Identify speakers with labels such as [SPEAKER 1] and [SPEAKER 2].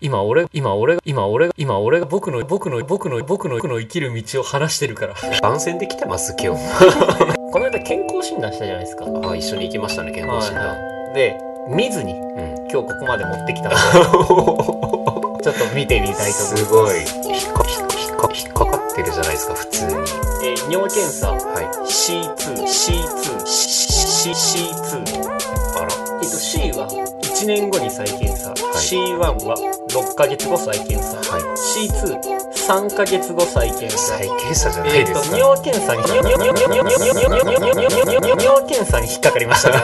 [SPEAKER 1] 今俺、今俺、今俺、今俺が僕の、僕の、僕の、僕の、僕の生きる道を話してるから。
[SPEAKER 2] 番宣で来てます今日
[SPEAKER 1] この間健康診断したじゃないですか。
[SPEAKER 2] もあ一緒に行きましたね健康診
[SPEAKER 1] はい
[SPEAKER 2] 断
[SPEAKER 1] はいで、見ずに
[SPEAKER 2] うん
[SPEAKER 1] 今日ここまで持ってきた ので、ちょっと見てみたいと思います
[SPEAKER 2] ごい引っか引っか引っかかってるじゃないですか普通には
[SPEAKER 1] す。えー尿検査
[SPEAKER 2] い
[SPEAKER 1] C2、C2、C、C2。
[SPEAKER 2] あら
[SPEAKER 1] えっと C は1年後に再検査、C1 は6ヶ月後再検査、
[SPEAKER 2] はい
[SPEAKER 1] C23 ヶ月後再検査。
[SPEAKER 2] 再検査じゃな
[SPEAKER 1] え
[SPEAKER 2] い
[SPEAKER 1] っ
[SPEAKER 2] で
[SPEAKER 1] と
[SPEAKER 2] すか、
[SPEAKER 1] 尿検査に尿検査に引っかかりましたね。